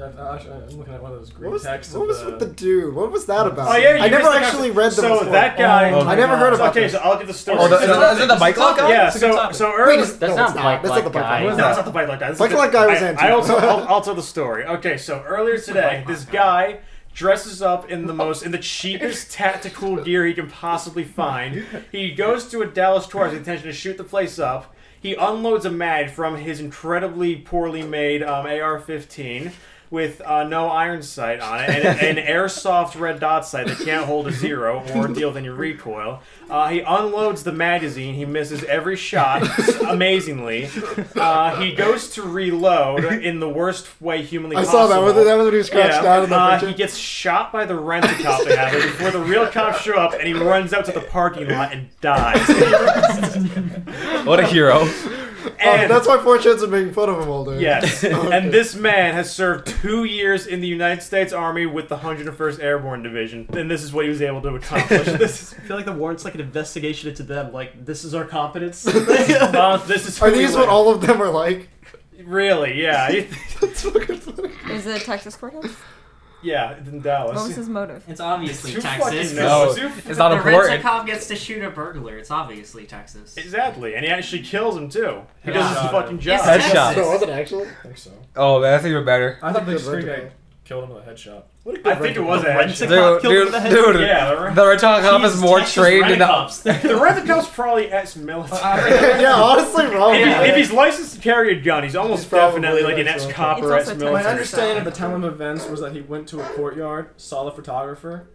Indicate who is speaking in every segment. Speaker 1: I- actually, I'm looking at one of those
Speaker 2: What
Speaker 1: green
Speaker 2: was,
Speaker 1: texts.
Speaker 2: what
Speaker 1: of
Speaker 2: was
Speaker 1: the-
Speaker 2: with the dude? What was that about?
Speaker 3: Oh, yeah, you
Speaker 2: I never
Speaker 3: missed the
Speaker 2: actually
Speaker 3: conversation.
Speaker 2: read them.
Speaker 3: So
Speaker 2: before.
Speaker 3: that guy.
Speaker 1: Oh,
Speaker 2: I never heard about
Speaker 3: Okay,
Speaker 2: this.
Speaker 3: so I'll give the story.
Speaker 4: Oh,
Speaker 1: the-
Speaker 4: that's, that's, the bike lock guy?
Speaker 3: yeah.
Speaker 4: That's a good
Speaker 3: So
Speaker 4: topic.
Speaker 3: so
Speaker 2: Wait,
Speaker 3: early.
Speaker 2: is-
Speaker 4: That's
Speaker 2: no,
Speaker 4: not
Speaker 2: it's
Speaker 4: Black
Speaker 2: That's not the
Speaker 4: Black guy.
Speaker 2: Black
Speaker 1: No,
Speaker 3: No,
Speaker 2: Black.
Speaker 3: it's not the bike lock guy. This
Speaker 2: Bike
Speaker 3: is the-
Speaker 2: lock guy was
Speaker 3: I,
Speaker 2: Antifa.
Speaker 3: I also, I'll, I'll tell the story. Okay, so earlier today, this guy dresses up in the most in the cheapest tactical gear he can possibly find. He goes to a Dallas Torres with the intention to shoot the place up. He unloads a mag from his incredibly poorly made um, AR-15 with uh, no iron sight on it and an airsoft red dot sight that can't hold a zero or deal with any recoil. Uh, he unloads the magazine. He misses every shot amazingly. Uh, he goes to reload in the worst way humanly
Speaker 2: I
Speaker 3: possible.
Speaker 2: saw that. One. That was when he was scratched
Speaker 3: Yeah.
Speaker 2: down in the
Speaker 3: uh,
Speaker 2: picture.
Speaker 3: he gets shot by the rent a cop they have before the real cops show up, and he runs out to the parking lot and dies.
Speaker 4: What a hero.
Speaker 2: Oh,
Speaker 3: And
Speaker 2: that's why four chance of making fun of him all day.
Speaker 3: Yes.
Speaker 2: Okay.
Speaker 3: And this man has served two years in the United States Army with the 101st Airborne Division. And this is what he was able to accomplish. This is,
Speaker 5: I feel like the warrant's like an investigation into them. Like this is our competence.
Speaker 3: uh, this is who
Speaker 2: Are
Speaker 3: we
Speaker 2: these
Speaker 3: were.
Speaker 2: what all of them are like?
Speaker 3: Really, yeah. You-
Speaker 2: That's fucking funny.
Speaker 6: Is it Texas courthouse?
Speaker 3: Yeah, it's in
Speaker 6: What was
Speaker 3: Dallas.
Speaker 6: his motive?
Speaker 7: It's obviously
Speaker 3: Who fucking
Speaker 7: Texas.
Speaker 4: knows?
Speaker 3: Who f-
Speaker 4: It's not
Speaker 7: the rent a
Speaker 4: important.
Speaker 7: cop gets to shoot a burglar. It's obviously Texas.
Speaker 3: Exactly. And he actually kills him, too. He does his
Speaker 1: Headshot.
Speaker 3: fucking job.
Speaker 7: Yes,
Speaker 4: Headshot.
Speaker 7: Texas.
Speaker 2: So was it actually?
Speaker 1: I think so.
Speaker 4: Oh, man, that's even better.
Speaker 1: I thought the
Speaker 2: Good
Speaker 1: green guy
Speaker 2: vertical.
Speaker 1: killed him with a headshot.
Speaker 2: What a good
Speaker 3: I think it
Speaker 2: record.
Speaker 3: was a
Speaker 5: Rent-a-cop
Speaker 3: headshot.
Speaker 4: Dude,
Speaker 5: killed him
Speaker 4: dude,
Speaker 5: in the head.
Speaker 4: dude.
Speaker 3: Yeah, the,
Speaker 4: The Retron Cop
Speaker 5: Uh, He's
Speaker 4: is more
Speaker 5: Texas
Speaker 4: trained in the.
Speaker 5: Rent-a-Cops.
Speaker 3: the rent a cop's probably ex-military.
Speaker 2: yeah, honestly, wrong.
Speaker 3: If,
Speaker 2: Oh, Yeah.
Speaker 3: he's- if he's licensed to carry a gun, he's almost
Speaker 2: He's probably
Speaker 3: definitely like
Speaker 2: an
Speaker 3: an ex-cop
Speaker 6: It's
Speaker 3: or
Speaker 6: also
Speaker 1: My
Speaker 6: Texas.
Speaker 3: ex-military.
Speaker 1: understanding at the time of events was that he went to a courtyard, saw the photographer,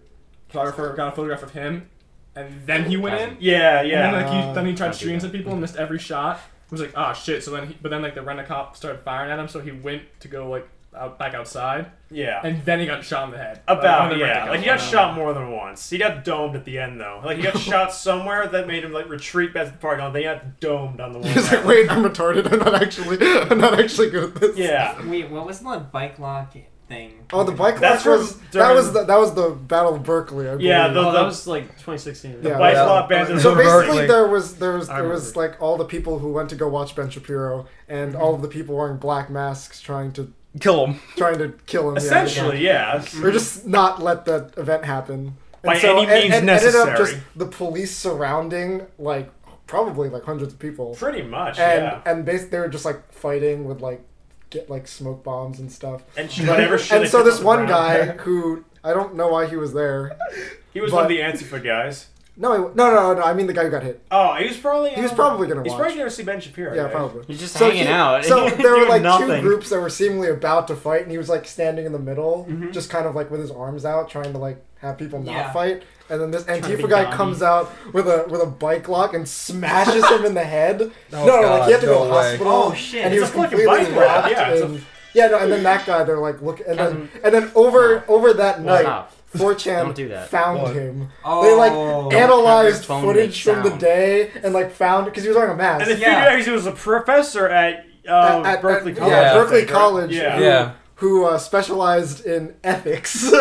Speaker 1: photographer got a photograph of him, and then he went in.
Speaker 3: Yeah, yeah.
Speaker 1: And then, like, he, then he tried shooting some people and missed every shot. He was like, ah, shit. So then, he, but then like the rent a cop started firing at him, so he went to go like out back outside,
Speaker 3: yeah.
Speaker 1: and then he got shot in the head.
Speaker 3: About
Speaker 1: Like,
Speaker 3: yeah, like he got
Speaker 1: Rent-A-Cop.
Speaker 3: shot more than once. He got domed at the end though. Like he got shot somewhere that made him like retreat back to the parking lot. They got domed on the way.
Speaker 2: He's like,
Speaker 3: back.
Speaker 2: wait, I'm retarded. I'm not actually. I'm not actually good at this.
Speaker 3: yeah,
Speaker 7: Wait, what was the bike lock thing?
Speaker 2: Oh, the bike
Speaker 3: That's
Speaker 2: lock
Speaker 3: from
Speaker 2: was that
Speaker 3: during-
Speaker 2: was the, that was the Battle of Berkeley. I
Speaker 3: Yeah,
Speaker 2: believe.
Speaker 3: the-
Speaker 5: oh, that was like 2016.
Speaker 2: Yeah.
Speaker 3: bike
Speaker 4: Yeah.
Speaker 3: lot bans.
Speaker 2: so basically
Speaker 4: Berkeley.
Speaker 2: there was there was
Speaker 5: I
Speaker 2: there was like all the people who went to go watch Ben Shapiro
Speaker 3: Mm-hmm.
Speaker 2: and all of the people wearing black masks trying to
Speaker 4: Kill him.
Speaker 2: trying to kill him. yeah,
Speaker 3: essentially, yeah.
Speaker 2: yeah. or just not let that event happen.
Speaker 3: By any means
Speaker 2: Ended up just
Speaker 3: necessary.
Speaker 2: the police surrounding like probably like hundreds of people.
Speaker 3: pretty much.
Speaker 2: and
Speaker 3: yeah,
Speaker 2: and bas- they were just like fighting with like get like smoke bombs and stuff.
Speaker 3: and she- whatever. shit
Speaker 2: and
Speaker 3: they
Speaker 2: so
Speaker 3: took
Speaker 2: this
Speaker 3: off
Speaker 2: one
Speaker 3: the
Speaker 2: guy
Speaker 3: ground.
Speaker 2: who I don't know why he was there.
Speaker 3: he was one
Speaker 2: but-
Speaker 3: of the Antifa guys.
Speaker 2: No, he, no, no, no, no. I mean the guy who got hit.
Speaker 3: Oh, he was probably
Speaker 2: He was
Speaker 3: uh,
Speaker 2: probably gonna
Speaker 3: He's
Speaker 2: watch.
Speaker 3: probably gonna see Ben Shapiro.
Speaker 2: Yeah,
Speaker 3: right?
Speaker 2: probably.
Speaker 4: He's just
Speaker 2: he- So there were
Speaker 5: Doing
Speaker 2: like two
Speaker 5: nothing.
Speaker 2: groups that were seemingly about to fight, and he was like standing in the middle,
Speaker 5: Mm-hmm.
Speaker 2: just kind of like with his arms out, trying to like have people not
Speaker 7: Yeah.
Speaker 2: fight. And then this
Speaker 5: to be
Speaker 2: Antifa guy
Speaker 5: Gandhi.
Speaker 2: comes out with a with a bike lock and smashes him in the head.
Speaker 5: Oh,
Speaker 2: no, like
Speaker 4: God,
Speaker 2: he had to go to
Speaker 4: no way.
Speaker 2: hospital.
Speaker 7: Oh, shit.
Speaker 2: And he was
Speaker 3: It's a fucking
Speaker 2: completely
Speaker 3: bike lock,
Speaker 2: wrapped
Speaker 3: yeah, it's a-
Speaker 2: in. Yeah, no, and then that guy, they're like, look, and then and then over over that night,
Speaker 5: Stop.
Speaker 2: 4chan
Speaker 5: Don't do that.
Speaker 2: found
Speaker 4: What?
Speaker 2: him.
Speaker 7: Oh,
Speaker 2: They like analyzed
Speaker 7: phone
Speaker 2: footage
Speaker 7: make
Speaker 2: from the
Speaker 7: sound.
Speaker 2: day and like found because he was wearing a mask
Speaker 3: And they
Speaker 7: Yeah.
Speaker 3: figured out he was a professor at, uh,
Speaker 2: at, at-
Speaker 3: Berkeley
Speaker 2: at-
Speaker 3: College.
Speaker 2: Yeah,
Speaker 3: I
Speaker 2: Berkeley
Speaker 3: think, right?
Speaker 2: College.
Speaker 3: Yeah.
Speaker 2: Who,
Speaker 4: Yeah.
Speaker 2: who uh, specialized in ethics.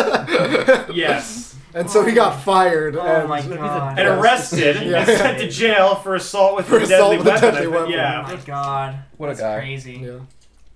Speaker 3: Yes,
Speaker 2: and so he got fired.
Speaker 7: Oh
Speaker 2: and
Speaker 7: my god.
Speaker 3: and arrested
Speaker 2: Yeah.
Speaker 3: and sent to jail for assault with
Speaker 2: For
Speaker 3: a deadly
Speaker 2: assault with a
Speaker 3: weapon. I
Speaker 2: deadly
Speaker 3: think.
Speaker 2: weapon.
Speaker 3: Yeah,
Speaker 7: Oh my god.
Speaker 4: What a
Speaker 7: That's
Speaker 4: guy.
Speaker 7: Crazy.
Speaker 2: Yeah.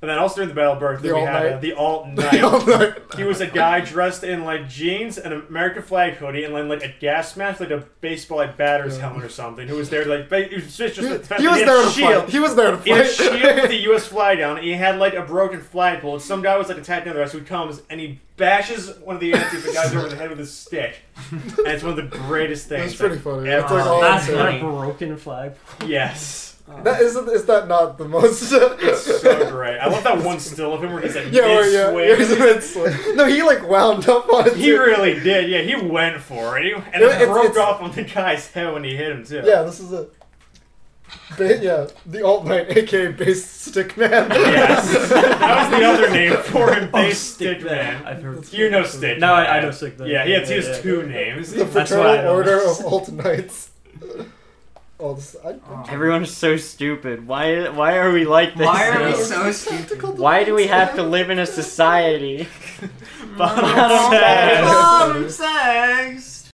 Speaker 3: And then also during the Battle of Berkeley,
Speaker 2: The
Speaker 3: we
Speaker 2: alt
Speaker 3: had uh,
Speaker 2: night.
Speaker 3: the alt
Speaker 2: All
Speaker 3: night.
Speaker 2: night.
Speaker 3: he was a guy dressed in like jeans, an American flag hoodie, and then like a gas mask, like a baseball like batter's
Speaker 2: Yeah.
Speaker 3: helmet or something. Who was there like ba- he was just,
Speaker 2: He, he was
Speaker 3: just a
Speaker 2: there to
Speaker 3: shield.
Speaker 2: fight. He was there to
Speaker 3: He had a
Speaker 2: fight.
Speaker 3: shield with the U.S. flag down. He had like a broken flagpole. And some guy was like attacking another. So he comes and he bashes one of the Antifa guys over the head with his stick. And it's one of the greatest things.
Speaker 2: That's pretty funny.
Speaker 3: Yeah.
Speaker 2: That's like
Speaker 7: Oh,
Speaker 2: all
Speaker 7: that's
Speaker 2: insane.
Speaker 7: funny.
Speaker 5: Not a broken flag.
Speaker 3: Yes,
Speaker 2: That is, is that not the most?
Speaker 3: it's so great. I love that one still of him where he's like
Speaker 2: yeah, well, yeah.
Speaker 3: mid-swing.
Speaker 2: It was a bit slick. no, he like wound up on it.
Speaker 3: He
Speaker 2: too.
Speaker 3: really did, yeah. He went for it, He- and
Speaker 2: No,
Speaker 3: it
Speaker 2: it's-
Speaker 3: broke
Speaker 2: it's-
Speaker 3: off on the guy's head when he hit him too.
Speaker 2: yeah, this is it. Ba- yeah, the alt night, aka based stick man.
Speaker 3: Yes. that was the other name for him.
Speaker 5: Oh,
Speaker 3: They stick man.
Speaker 5: I've heard.
Speaker 3: You know stick.
Speaker 5: No,
Speaker 3: man.
Speaker 5: I, I know stick man.
Speaker 3: Yeah, he has, he
Speaker 5: yeah,
Speaker 3: has
Speaker 5: yeah.
Speaker 3: two names.
Speaker 2: the
Speaker 5: That's what I
Speaker 2: fraternal
Speaker 5: know.
Speaker 2: order of alt knights. Oh, this, I,
Speaker 7: Oh.
Speaker 8: Everyone's so stupid. Why why are we like this?
Speaker 7: Why are we
Speaker 2: Yeah.
Speaker 7: so stupid?
Speaker 8: Why do we have to live in a society?
Speaker 3: Bottom
Speaker 8: Bottom
Speaker 3: tag.
Speaker 7: Mom, sex.